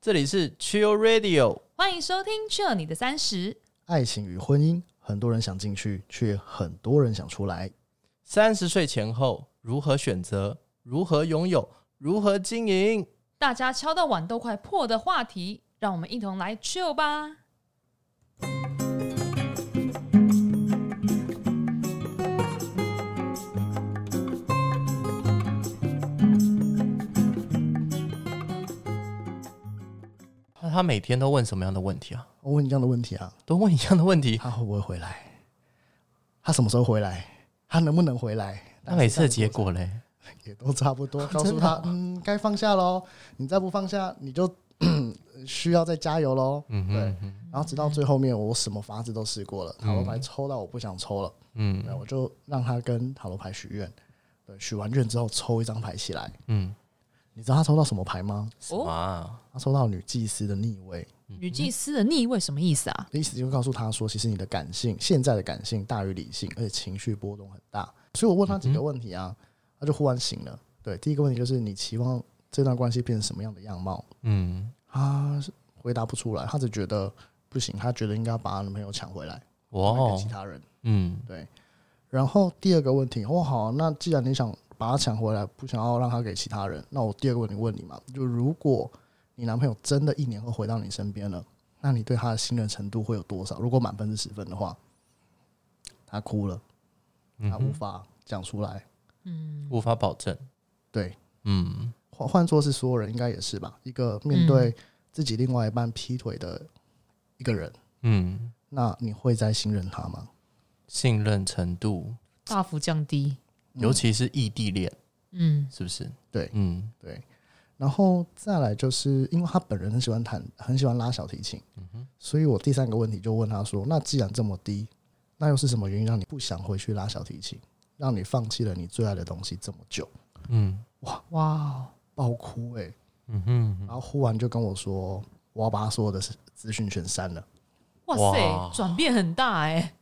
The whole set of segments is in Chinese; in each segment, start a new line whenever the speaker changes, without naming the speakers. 这里是 Chill Radio，
欢迎收听《这你的三十》，
爱情与婚姻，很多人想进去，却很多人想出来。
三十岁前后如何选择，如何拥有，如何经营。
大家敲到碗都快破的话题，让我们一同来 chill 吧。
那他每天都问什么样的问题啊？
我问你这样的问题啊，
都问一样的问题，
他会不会回来？他什么时候回来？他能不能回来？
那每次的结果嘞？
也都差 不多，告诉他，嗯，该放下喽。你再不放下，你就 需要再加油喽。
嗯
对
哼哼，
然后直到最后面，我什么法子都试过了，塔罗牌抽到我不想抽了，对
嗯
我就让他跟塔罗牌许愿。对，许完愿之后抽一张牌起来，
嗯，
你知道他抽到什么牌吗？
哦，
哇，
他抽到女祭司的逆位。
女祭司的逆位什么意思啊？
意思就告诉他说，其实你的感性，现在的感性大于理性，而且情绪波动很大。所以我问他几个问题啊，他就忽然醒了。对，第一个问题就是你期望这段关系变成什么样的样貌？
嗯，
他回答不出来，他只觉得不行，他觉得应该把他男朋友抢回来，
哇
卖给其
哦，
他人。
嗯
对。然后第二个问题，哦好，那既然你想把他抢回来，不想要让他给其他人，那我第二个问题问你嘛，就如果你男朋友真的一年后回到你身边了，那你对他的信任程度会有多少？如果满分是十分的话，他哭了，
嗯
他
哼，
无法讲出来。
无法保证，
对，
嗯
换换作是所有人应该也是吧？一个面对自己另外一半劈腿的一个人，
嗯，
那你会再信任他吗？
信任程度，
大幅降低。
尤其是异地恋，
嗯
是不是？
对
嗯
对，然后再来就是因为他本人很喜欢弹，很喜欢拉小提琴，
嗯
所以我第三个问题就问他说：“那既然这么低，那又是什么原因让你不想回去拉小提琴，让你放弃了你最爱的东西这么久
嗯
哇哦，
爆哭诶、
嗯哼，
然后忽然就跟我说：“我要把他所有的资资讯全删了。
哇
哇
塞，转变很大哎、”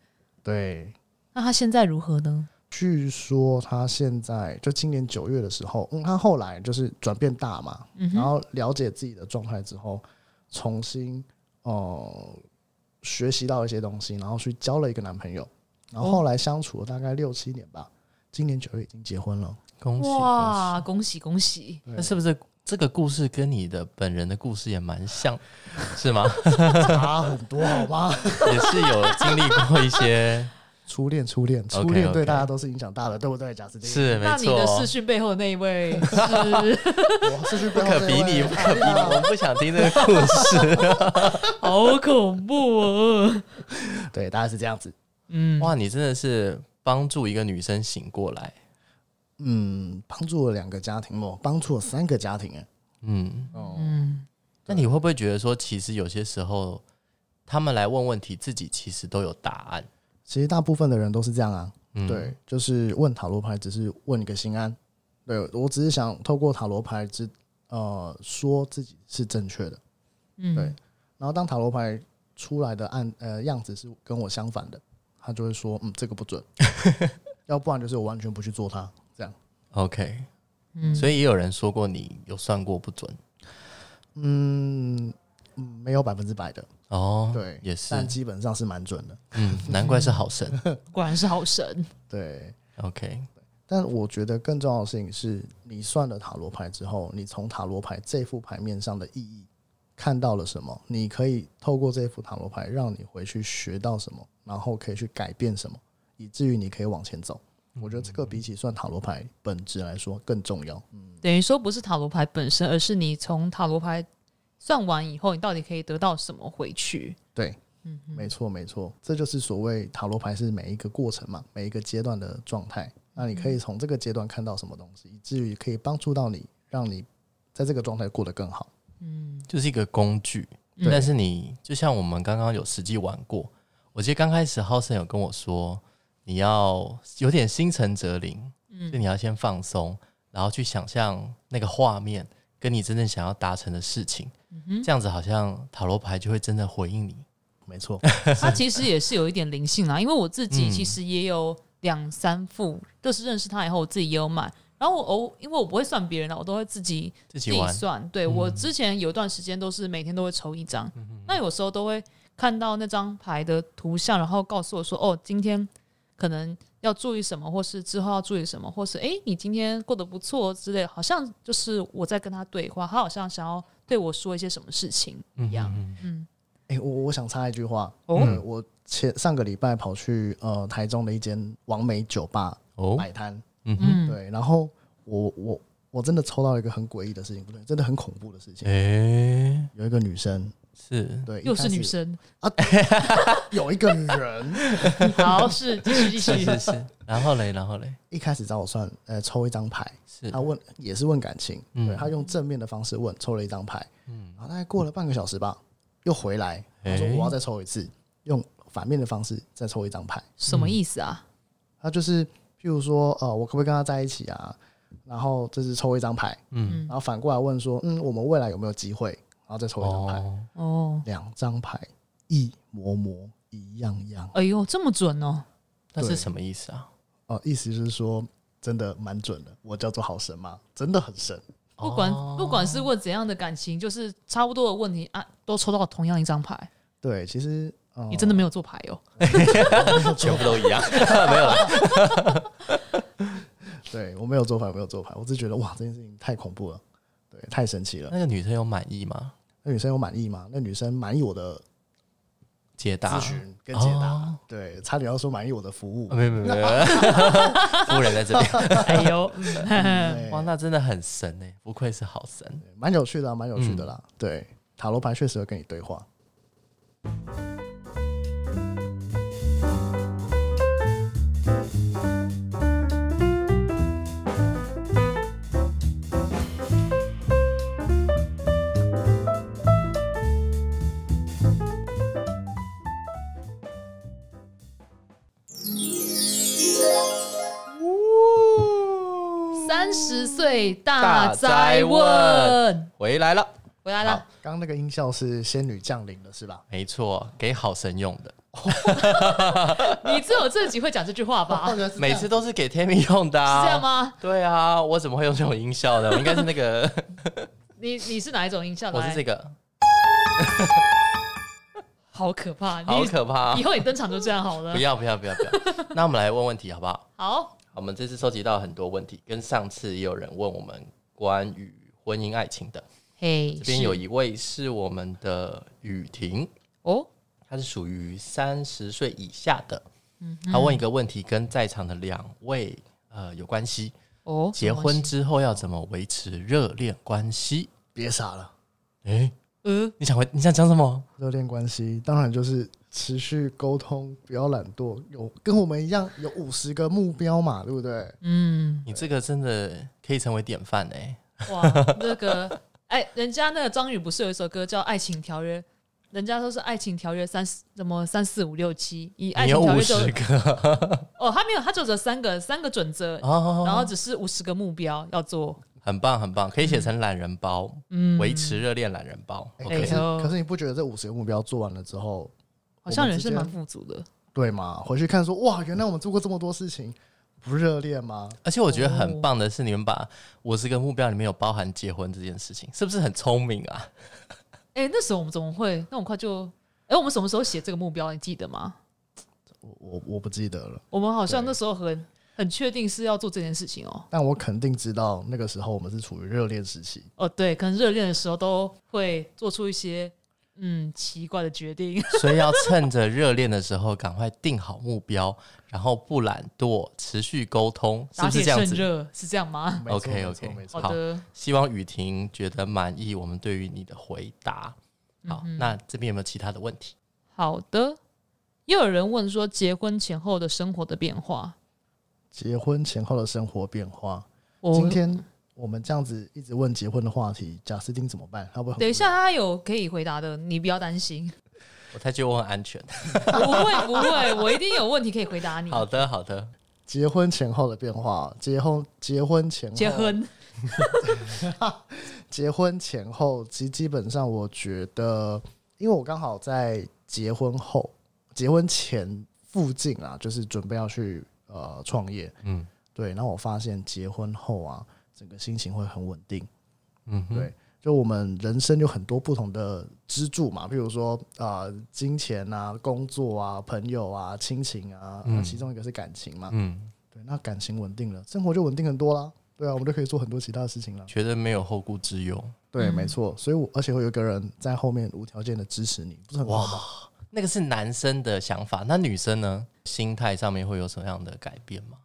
对，
那他现在如何呢？
据说他现在就今年九月的时候，嗯，他后来就是转变大嘛，
嗯
然
哼，
后了解自己的状态之后，重新呃学习到一些东西，然后去交了一个男朋友，然后后来相处了大概六七年吧，今年九月已经结婚了。
恭喜！
哇，恭喜恭喜！
那是不是这个故事跟你的本人的故事也蛮像，是吗？
差很多好吗？
也是有经历过一些，
初恋，初恋，初
OK，
恋
OK
对大家都是影响大的，对不对？贾斯汀，
是
那
没
你的
错
视，讯背后的那一 位是
我是去不
不可比 拟，不可比拟，我们不想听这个故事。
好恐怖哦。
对，大概是这样子。
嗯，
哇，你真的是帮助一个女生醒过来，
嗯，帮助了两个家庭哦，帮助了三个家庭哎。
嗯，
哦，
嗯，
那你会不会觉得说，其实有些时候他们来问问题，自己其实都有答案？
其实大部分的人都是这样啊。
嗯，
对，就是问塔罗牌，只是问你个心安。对我只是想透过塔罗牌知呃说自己是正确的。
嗯
对然后当塔罗牌出来的案呃样子是跟我相反的，他就会说嗯这个 不准，要不然就是我完全不去做它。这样，
，OK，
嗯
所以也有人说过你有算过不准
嗯，嗯没有百分之百的，
哦，
对
也是
但，基本上是蛮准的。
嗯，难怪是好 神。
果然是好神。
对，
OK，
但我觉得更重要的事情是你算了塔罗牌之后，你从塔罗牌这副牌面上的意义看到了什么？你可以透过这副塔罗牌，让你回去学到什么，然后可以去改变什么，以至于你可以往前走。我觉得这个比起算塔罗牌本质来说更重要。
等于说不是塔罗牌本身，而是你从塔罗牌算完以后，你到底可以得到什么回去？
对，没错没错，这就是所谓塔罗牌是每一个过程嘛，每一个阶段的状态。那你可以从这个阶段看到什么东西，以至于可以帮助到你，让你在这个状态过得更好。
就是一个工具，
对
但是你就像我们刚刚有实际玩过，我记得刚开始浩森有跟我说，你要有点心诚则灵，
嗯
所以你要先放松，然后去想象那个画面跟你真正想要达成的事情，
嗯
这样子好像塔罗牌就会真的回应你。
没错，
它其实也是有一点啊灵性啦，因为我自己
嗯
其实也有两三副，就是认识他以后，我自己也有买，然后我偶因为我不会算别人的，啊我都会自己
自
自
己
己
玩，嗯
算。对、我之前有一段时间都是每天都会抽一张，那有时候都会看到那张牌的图像，然后告诉我说：“哦，今天可能要注意什么，或是之后要注意什么，或是诶，你今天过得不错之类的。”好像就是我在跟他对话，他好像想要对我说一些什么事情一
嗯
样。
哎、我我想插一句话，
哦
呃我前上个礼拜跑去呃台中的一间王美酒吧
哦，
摆摊，
嗯哼，
嗯，
对，然后我我我真的抽到一个很诡异的事情，不对，真的很恐怖的事
哎
情。
诶，
有一个女生，
是
对，
又
一开
是
始
女，生，
有一个人
好是继续继
是
续
是是，然后嘞，然后 嘞，
一开始找我算，呃，抽一张牌，
是
他问也是问感情，
嗯
对他用正面的方式问，抽了一张牌，
嗯哎
然后大概过了半个小时吧，又回来，他说
诶
我要再抽一次，用反面的方式再抽一张牌。
什么意思啊？
他就是譬如说，呃，我可不可以跟他在一起啊？然后这是抽一张牌，
嗯，
然后反过来问说，嗯，我们未来有没有机会？然后再抽一张牌，
哦，
哦，
两张牌一模模一样样，
哎呦，这么准哦！
那是
对
什么意思啊？
哦、意思是说真的蛮准的。我叫做好神嘛，真的很神。
不管、
哦
不管是问怎样的感情，就是差不多的问题啊，都抽到同样一张牌，
对，其实、呃、
你真的没有做牌 哦。
全部都一样，
对我没有做牌，我没有做牌，我只是觉得哇，这件事情太恐怖了，对，太神奇了。
那个女生有满意吗？
那女生有满意吗？那女生满意我的
解答
咨询跟解答，
哦
对，差点要说满意我的服务
啊，。没有没有没有， 夫人在这 边，
哎呦，嗯
对
哇，那真的很神哎，不愧是好神。欸
对蛮有趣的、啊，蛮有趣的啦。对，塔罗牌确实会跟你对话。
三十岁
大
大
灾
灾
问
问
回来了，
回来
好
了，，
刚刚那个音效是仙女降临的是吧？
没错，给好神用的，
你只有自己会讲这句话吧？
哦
是
原来是这
每
样
次都是给 Tammy 用的、啊，
这样？吗？
对啊，我怎么会用这种音效呢？我应该是那 个，
你你是哪一种音效？
我是
来
这个，
好可怕！
好
你
可怕
以！后你登场就这样好了
不。要不要不要不要！那我们来问问题好不好？
好，
我们这次收集到很多问题，跟上次也有人问我们关于婚姻爱情的。
嘿，
这边
是
有一位是我们的雨婷，
哦，
她是属于三十岁以下的。
嗯
她问一个问题，跟在场的两位呃有关系：
哦，
结
什
婚
么
之后要怎么维持热恋关系？
别傻了，
诶，
呃，
你想回你想讲什么？
热恋关系当然就是持续沟通，不要懒惰，有跟我们一样有五十个目标嘛，对不对？
嗯，
你这个真的可以成为典范哎、
哇，那个，哎，人家那个张宇不是有一首歌叫《爱情条约》，人家说是《爱情条约》三四什么三四五六七，以爱
你
情
有
条
五
约就
十 个
哦，他没有，他就只有三个三个准则，
哦，
然后只是五十个目标要做。
很棒很棒，可以写成懒人包，
嗯，
维持热恋懒人包。
哎
OK，
可是
哎呦
可是你不觉得这五十个目标做完了之后，
好像人
我们之
是
间
蛮富足的。
对吗？回去看说哇，原来我们做过这么多事情，不热恋吗？
而且我觉得
哦
很棒的是，你们把五十个目标里面有包含结婚这件事情，是不是很聪明啊？
哎、那时候我们怎么会那么快就？哎、我们什么时候写这个目标？你记得吗？
我我我不记得了，
我们好像
对
那时候很很确定是要做这件事情哦。
但我肯定知道那个时候我们是处于热恋时期。
哦，对，可能热恋的时候都会做出一些嗯奇怪的决定。
所以要趁着热恋的时候赶快定好目标，然然后不懒惰，持续沟通， 是
打
不
铁
是这样
趁
子？
热是这样吗？
没错
OK，OK
没错没错
好
好
的，
希望雨婷觉得满意我们对于你的回答。
嗯
好，那这边有没有其他的问题？
好的。又有人问说，结婚前后的生活的变化，
结婚前后的生活变化。
我
今天我们这样子一直问结婚的话题，贾斯汀怎么办？他会不会很
等一下，他有可以回答的，你不要担 心，
我才觉得我很安全。
不会不会，我一定有问题可以回答你。
好的，好的，
结婚前后的变化？结婚结婚前后
结婚，
结婚前后，其实基本上我觉得，因为我刚好在结婚后、结婚前附近啊，就是准备要去呃创业，
嗯，
对，然后我发现结婚后啊，整个心情会很稳定。
嗯哼，
对就我们人生有很多不同的支柱嘛，比如说啊、呃金钱啊、工作啊、朋友啊、亲情啊，
嗯
那其中一个是感情嘛。
嗯，
对，那感情稳定了，生活就稳定很多啦。对啊，我们就可以做很多其他的事情了。
觉得没有后顾之忧。
对，
嗯
没错。所以我而且会有一个人在后面无条件的支持你，不是很好吗？
那个是男生的想法，那女生呢？心态上面会有什么样的改变吗？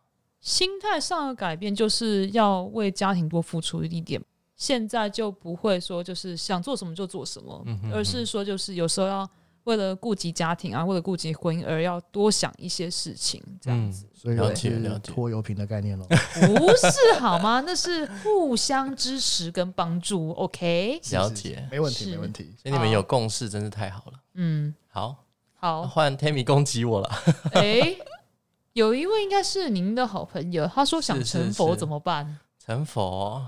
心态上的改变就是要为家庭多付出一点。现在就不会说就是想做什么就做什么，
嗯哼
而是说就是有时候要为了顾及家庭啊，为了顾及婚姻而要多想一些事情，这样子、
所以
了
我
解了
是
解
拖油瓶的概念 喽。
不是好吗？那是互相支持跟帮助，OK？
了
是是
解
是没问题，
是
没问题。
所以你们有共识，真是太好了。
嗯，
好，那
好，
换 Tammy 攻击我了。
诶，有一位应该是您的好朋友，他说想
是是
成佛
是
怎么办？
成佛，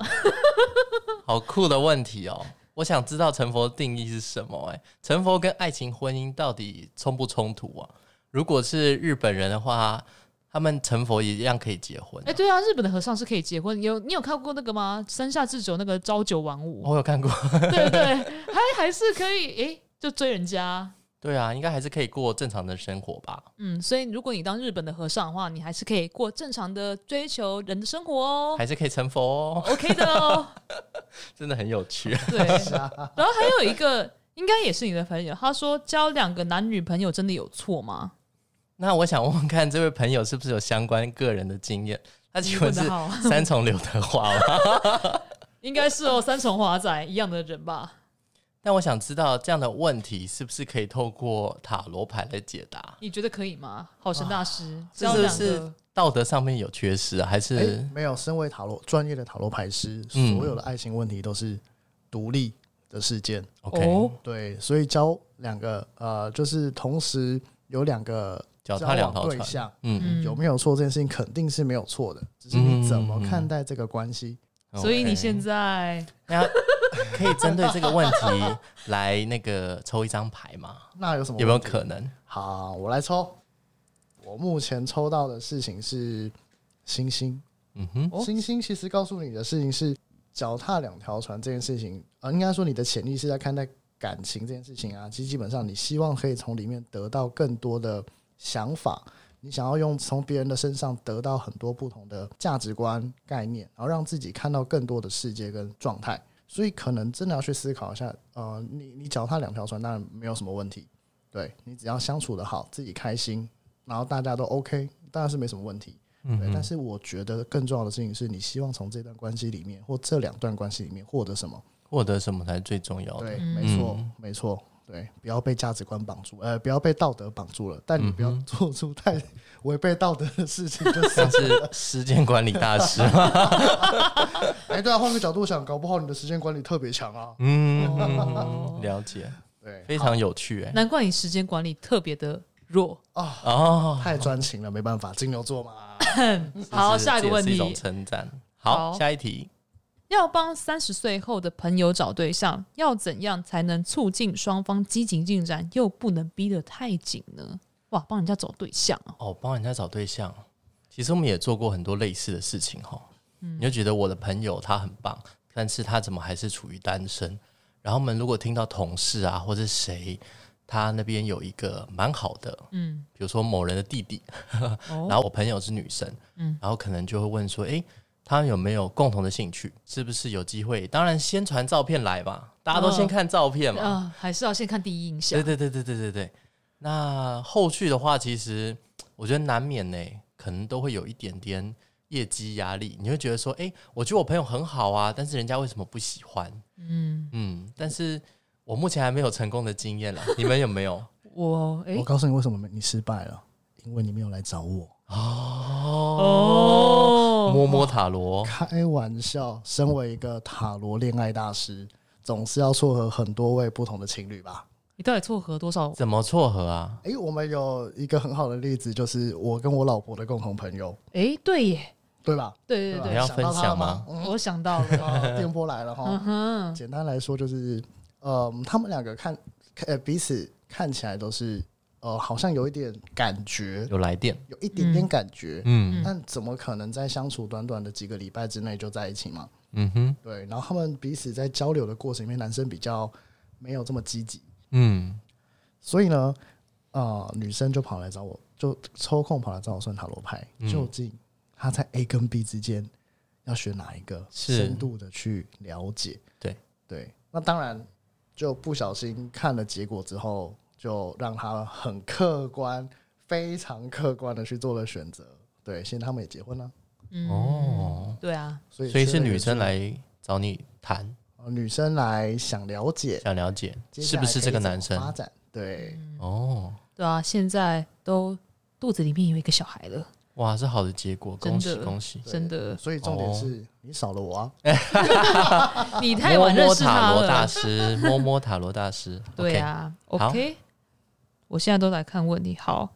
好酷的问题哦！我想知道成佛的定义是什么、哎，成佛跟爱情、婚姻到底冲不冲突啊？如果是日本人的话，他们成佛一样可以结婚啊、
哎、对啊，日本的和尚是可以结婚。有你有看过那个吗？山下智久那个朝九晚五，
我有看过，
对对，还还是可以，哎、就追人家。
对啊，应该还是可以过正常的生活吧？
嗯，所以如果你当日本的和尚的话，你还是可以过正常的追求人的生活哦
还是可以成佛哦，
，OK 的哦。
真的很有趣。
对，
啊
然后还有一个应该也是你的朋友，他说交两个男女朋友真的有错吗？
那我想问问看，这位朋友是不是有相关个人的经验？他请问
你
是
问得好
三重刘德华吗？
应该是哦，三重华仔一样的人吧？
但我想知道这样的问题是不是可以透过塔罗牌来解答？
你觉得可以吗？好神大师，
这
交
是不
两个
是道德上面有缺失啊？还是、
哎，没有，身为塔罗专业的塔罗牌师，
嗯
所有的爱情问题都是独立的事件。
OK？、
哦
对，所以交两个呃，就是同时有两个
脚
交
踏两
往
条
对
船，
象，
嗯，
嗯
有没有错这件事情肯定是没有错的，只是你怎么
嗯
看待这个关系。
哦
所以你现
在
在。
那可以针对这个问题来那个抽一张牌嘛？
那有什么
有没有
问题
可能？
好，我来抽。我目前抽到的事情是星星，
嗯哼，
哦
星星其实告诉你的事情是脚踏两条船这件事情，呃，应该说你的潜意识在看待感情这件事情啊，其实基本上你希望可以从里面得到更多的想法，你想要用从别人的身上得到很多不同的价值观概念，然后让自己看到更多的世界跟状态。所以可能真的要去思考一下，呃，你你脚踏两条船当然没有什么问题，对你只要相处的好，自己开心，然后大家都 OK，当然是没什么问题。
嗯
对，
哼
但是我觉得更重要的事情是你希望从这段关系里面或这两段关系里面获得什么？
获得什么才是最重要的？
对，
嗯
没错
嗯，
没错，对，不要被价值观绑住，呃，不要被道德绑住了，但你不要
嗯哼
做出太违背道德的事情，就是
像是时间管理大 师嘛？
哎，对啊，换个角度想，搞不好你的时间管理特别强啊，哦
嗯，了解，
对，
非常有趣哎、
难怪你时间管理特别的弱。
哦，
太专情了，没办法，金牛座嘛，
好，
是
下一个问
这也是一
题
种，称赞。好，
好
下一题。
要帮三十岁后的朋友找对象，要怎样才能促进双方积极进展，又不能逼得太紧呢？哇，帮人家找对象哦，
哦，帮人家找对象，其实我们也做过很多类似的事情哈。
嗯
你就觉得我的朋友他很棒，但是他怎么还是处于单身？然后我们如果听到同事啊或者谁，他那边有一个蛮好的，
嗯，
比如说某人的弟弟，
哦，
然后我朋友是女生，
嗯
然后可能就会问说，诶，他有没有共同的兴趣？是不是有机会？当然先传照片来嘛，大家都先
嗯
看照片嘛，
啊，还是要先看第一印象
对，对对对对对对。那后续的话，其实我觉得难免呢、可能都会有一点点业绩压力。你会觉得说，哎、我觉得我朋友很好啊，但是人家为什么不喜欢？
嗯，
嗯，但是我目前还没有成功的经验啦。你们有没有？
我诶
哎
我，告诉你为什么你失败了，因为你没有来找我，
哦，
哦，
摸摸塔罗，
开玩笑，身为一个塔罗恋爱大师，总是要撮合很多位不同的情侣吧。
你到底撮合多少？
怎么撮合啊？
诶，我们有一个很好的例子，就是我跟我老婆的共同朋友，
诶，对耶，
对吧？
对对
对吧
你要
对，
分享吗？
想到
我想到
他
了，
了吗？啊，电波来了
嗯
哈。
哼，
简单来说就是，嗯，他们两个看，看呃，彼此看起来都是呃，好像有一点感觉，
有来电，
有一点点感觉，
嗯
但怎么可能在相处短短的几个礼拜之内就在一起嘛？
嗯哼，
对，然后他们彼此在交流的过程里面，男生比较没有这么积极，
嗯
所以呢，呃，女生就跑来找我，就抽空跑来找我算塔罗牌，
嗯
究竟她在 A 跟 B 之间要选哪一个，
是
深度的去了解。
对
对，那当然就不小心看了结果之后，就让她很客观，非常客观的去做了选择。对，现在他们也结婚了，
嗯，
哦，
对啊，
所以
所以是
缺了一个
女生
是、
来找你谈，
呃女生来想了解，
想了解
接
是
下来
不是这个
可以怎么
男生
发展？对，
哦。
对啊，现在都肚子里面有一个小孩了，
哇，是好的结果，
真
恭喜
的
恭喜！
对
真的，
所以重点
哦
是、你少了我啊。
你太
摸
晚认
摸
识
塔
他
罗大
了，
师， 摸摸塔罗大师，
对
OK，
啊
OK
，OK，我现在都来看问题，好，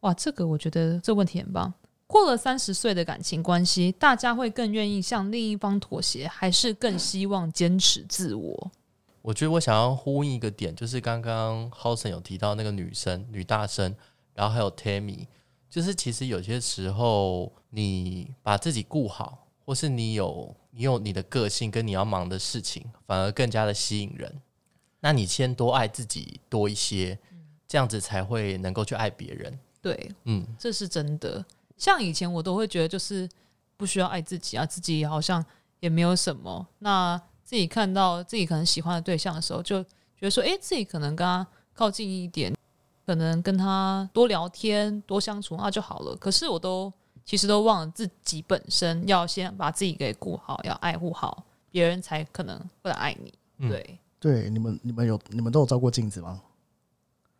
哇，这个我觉得这问题很棒。过了三十岁的感情关系，大家会更愿意向另一方妥协，还是更希望坚持自我？
我觉得我想要呼应一个点，就是刚刚 h o s o n 有提到那个女生女大生，然后还有 Tammy，就是其实有些时候你把自己顾好，或是你有你有你的个性跟你要忙的事情，反而更加的吸引人。那你先多爱自己多一些，这样子才会能够去爱别人。
对，
嗯，
这是真的。像以前我都会觉得就是不需要爱自己啊，自己好像也没有什么。那自己看到自己可能喜欢的对象的时候，就觉得说，诶，自己可能跟他靠近一点，可能跟他多聊天、多相处那就好了。可是我都其实都忘了自己本身要先把自己给顾好，要爱护好别人，才可能会来爱你。
嗯
对，
对，你们你们有你们都有照过镜子吗？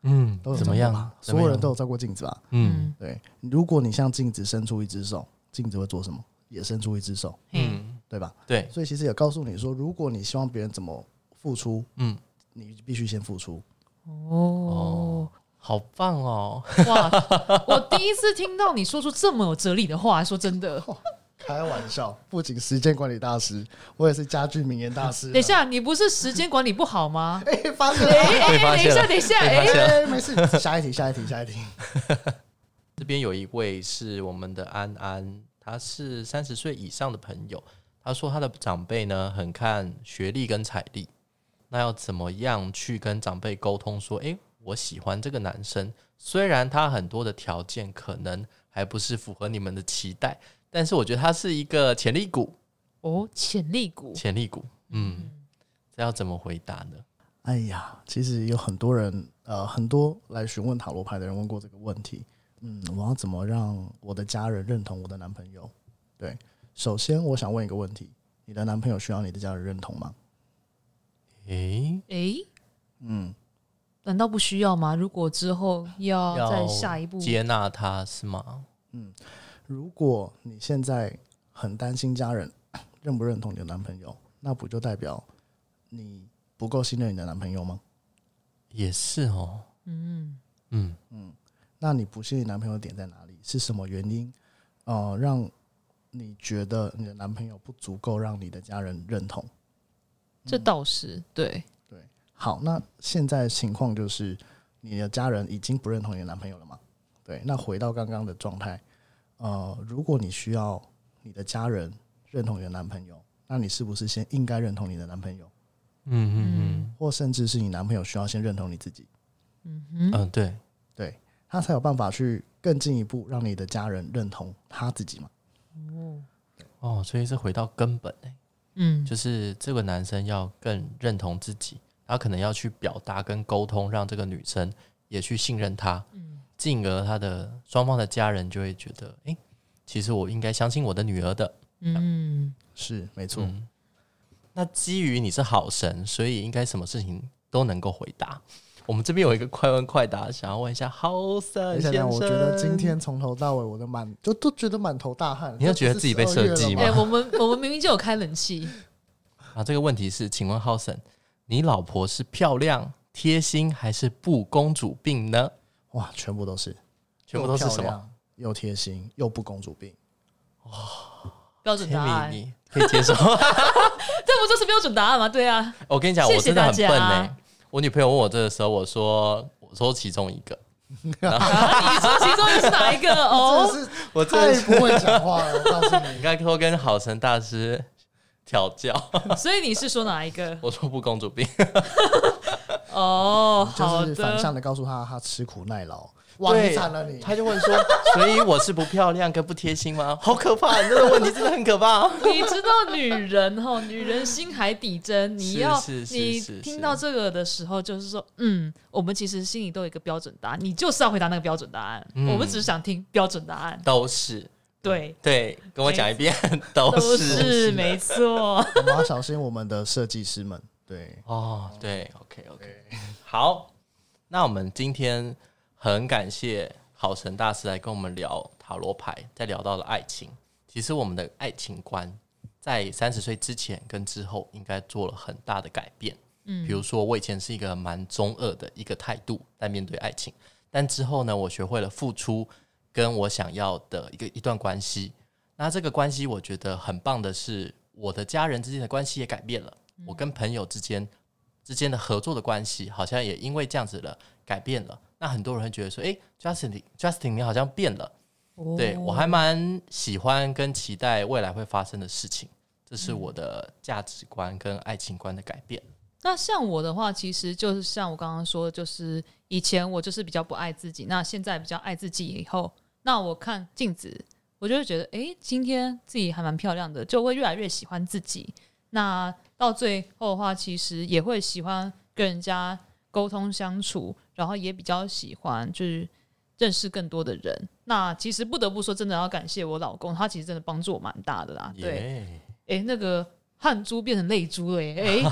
嗯
都有
怎
照
么
过
样
吧？所有人都
怎么样
有照过镜子吧？
嗯
对，如果你向镜子伸出一只手，镜子会做什么？也伸出一只手，
嗯，
嗯，
对吧？
对，
所以其实也告诉你说，如果你希望别人怎么付出，
嗯，
你必须先付出。
哦，
好棒哦。
嗯哇！我第一次听到你说出这么有哲理的话，说真的。
开玩笑，不仅时间管理大师，我也是家居名言大师。啊？
等一，下，你不是时间管理不 好吗
哎、发现
哎
了，
哎
被发
哎，等一
现了
下，等
被
一下，
发
哎，
现了
哎、没事，下一题，下一题，下一题。
这边有一位是我们的安安，他是三十岁以上的朋友，他说他的长辈呢很看学历跟财力，那要怎么样去跟长辈沟通说，诶，我喜欢这个男生，虽然他很多的条件可能还不是符合你们的期待，但是我觉得他是一个潜力股，
哦，潜力股，
潜力股，嗯，这要怎么回答呢？
哎呀，其实有很多人，呃，很多来询问塔罗牌的人问过这个问题。嗯，我要怎么让我的家人认同我的男朋友？对，首先我想问一个问题：你的男朋友需要你的家人认同吗？
诶，
哎，
嗯，
难道不需要吗？如果之后要
要
哦再下一步，
接纳他是吗？
如果你现在很担心家人 认不认同你的男朋友，那不就代表你不够信任你的男朋友吗？
也是哦，
嗯，
嗯
那你不信任男朋友的点在哪里？是什么原因？呃，让你觉得你的男朋友不足够让你的家人认同？
这倒是对，
好，那现在情况就是你的家人已经不认同你的男朋友了嘛？对，那回到刚刚的状态，呃，如果你需要你的家人认同你的男朋友，那你是不是先应该认同你的男朋友，
嗯嗯
或甚至是你男朋友需要先认同你自己，
嗯嗯，对。
对他才有办法去更进一步让你的家人认同他自己嘛？
哦，所以是回到根本、欸、
嗯，
就是这个男生要更认同自己，他可能要去表达跟沟通，让这个女生也去信任他，进而他的双方的家人就会觉得，诶，其实我应该相信我的女儿的。
嗯，
是，没错。
嗯，那基于你是好神，所以应该什么事情都能够回答。我们这边有一个快问快答，想要问一下好
而
神
且
先
呢，
生，
哎我觉得今天从头到尾，我都满就都觉得满头大汗。
你有觉得自己被
这不是
设计
12月
吗
了
哎，我们我们明明就有开冷气，
啊，这个问题是，请问浩森，你老婆是漂亮、贴心还是不公主病呢？
哇，全部都是，
全部都是
又
什
漂
么？
亮？又贴心，又不公主病。
标准答
Timmy，
案，
你可以接受？
这不就是标准答案吗？对啊，
我跟你讲，
谢
我
谢
真的很
大
笨
家
呢、我女朋友问我这个时候，我说我抽其中一个，
啊你说其中是哪一 个？哦，
真的是
我真的
太
是
不会讲话了，我告诉
应
你，
该多跟好神大师调教。
所以你是说哪一个？
我说不公主 病，
哦，好
就是反向
的，
的告诉他他吃苦耐劳，哇，
对，
你惨了你，
他就问说， 所以我是不漂亮跟不贴心吗？ 好可怕，你这个问题真的很可怕。
你知道女人哈，女人心海底针，你
是
要
是是
你
是
听
是
到这个的时候，就是说，嗯，我们其实心里都有一个标准答案，你就是要回答那个标准答案，
嗯
我们只是想听标准答案，
都是
对，
对，跟我讲一遍， 都
哎都
哦是
是没错。
我们要小心我们的设计师们。对，
哦，对，OK OK，好，那我们今天很感谢好神大师来跟我们聊塔罗牌，再聊到了爱情。其实我们的爱情观在三十岁之前跟之后应该做了很大的改变。嗯，比如说我以前是一个蛮中二的一个态度在面对爱情，但之后呢，我学会了付出，跟我想要的一个一段关系。那这个关系我觉得很棒的是，我的家人之间的关系也改变了，我跟朋友之间之间的合作的关系好像也因为这样子了改变了。那很多人会觉得说，诶 j u s t i n Justin 你好像变了。对我
哦
还蛮喜欢跟期待未来会发生的事情，这是我的价值观跟爱情观的改变。
那像我的话，其实就是像我刚刚说的，就是以前我就是比较不爱自己，那现在比较爱自己以后，那我看镜子，我就会觉得，诶，今天自己还蛮漂亮的，就会越来越喜欢自己。那到最后的话，其实也会喜欢跟人家沟通相处，然后也比较喜欢就是认识更多的人。那其实不得不说，真的要感谢我老公，他其实真的帮助我蛮大的啦。对，
耶，
诶，那个汗珠变成泪珠了耶，诶，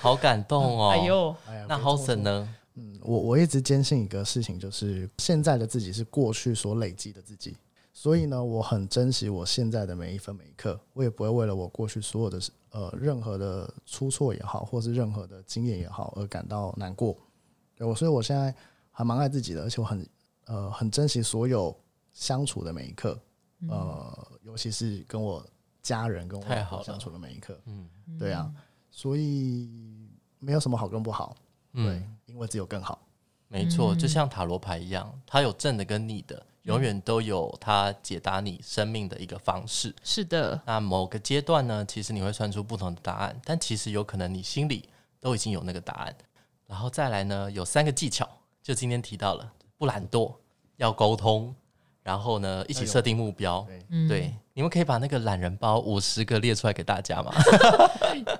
好感动哦！
哎呦。
哎呀，
那
别
h o
这么
s o n 呢？
嗯我我一直坚信一个事情，就是现在的自己是过去所累积的自己，所以呢，我很珍惜我现在的每一分每一刻，我也不会为了我过去所有的事呃任何的出错也好，或是任何的经验也好而感到难过。对我，所以我现在还蛮爱自己的，而且我很呃很珍惜所有相处的每一刻，呃，尤其是跟我家人跟我
太
老
好
婆
了
相处的每一刻，
嗯
对啊，所以没有什么好跟不好，对
嗯，，
因为只有更好。
没错，
嗯
就像塔罗牌一样，它有正的跟逆的，永远都有它解答你生命的一个方式。
是的，
那某个阶段呢，其实你会算出不同的答案，但其实有可能你心里都已经有那个答案。然后再来呢，有三个技巧，就今天提到了，不懒惰，要沟通，然后呢，一起设定目标。
对
嗯，
对，你们可以把那个懒人包五十个列出来给大家 吗？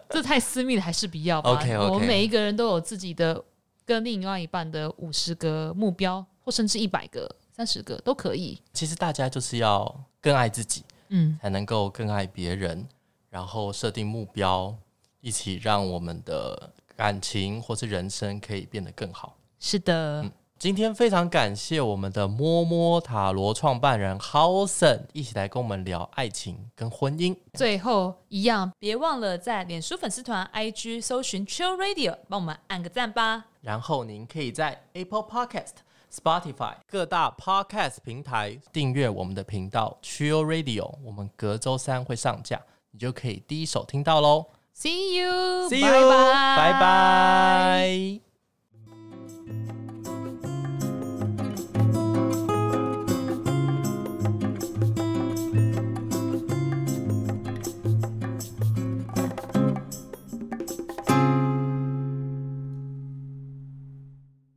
这太私密了，还是不要吧。
OK，OK
我们每一个人都有自己的跟另外一半的五十个目标，或甚至一百个、三十个都可以。
其实大家就是要更爱自己，
嗯，
才能够更爱别人，然后设定目标，一起让我们的感情或是人生可以变得更好。
是的，
今天非常感谢我们的摸摸塔罗创办人 Howson 一起来跟我们聊爱情跟婚姻。
最后一样，别忘了在脸书粉丝团、IG 搜寻 Chill Radio，帮我们按个赞吧。
然后您可以在 Apple Podcast、Spotify 各大 Podcast 平台订阅我们的频道 Chill Radio，我们隔周三会上架，你就可以第一手听到喽。
See you，
See
拜
you，
拜，
拜。拜。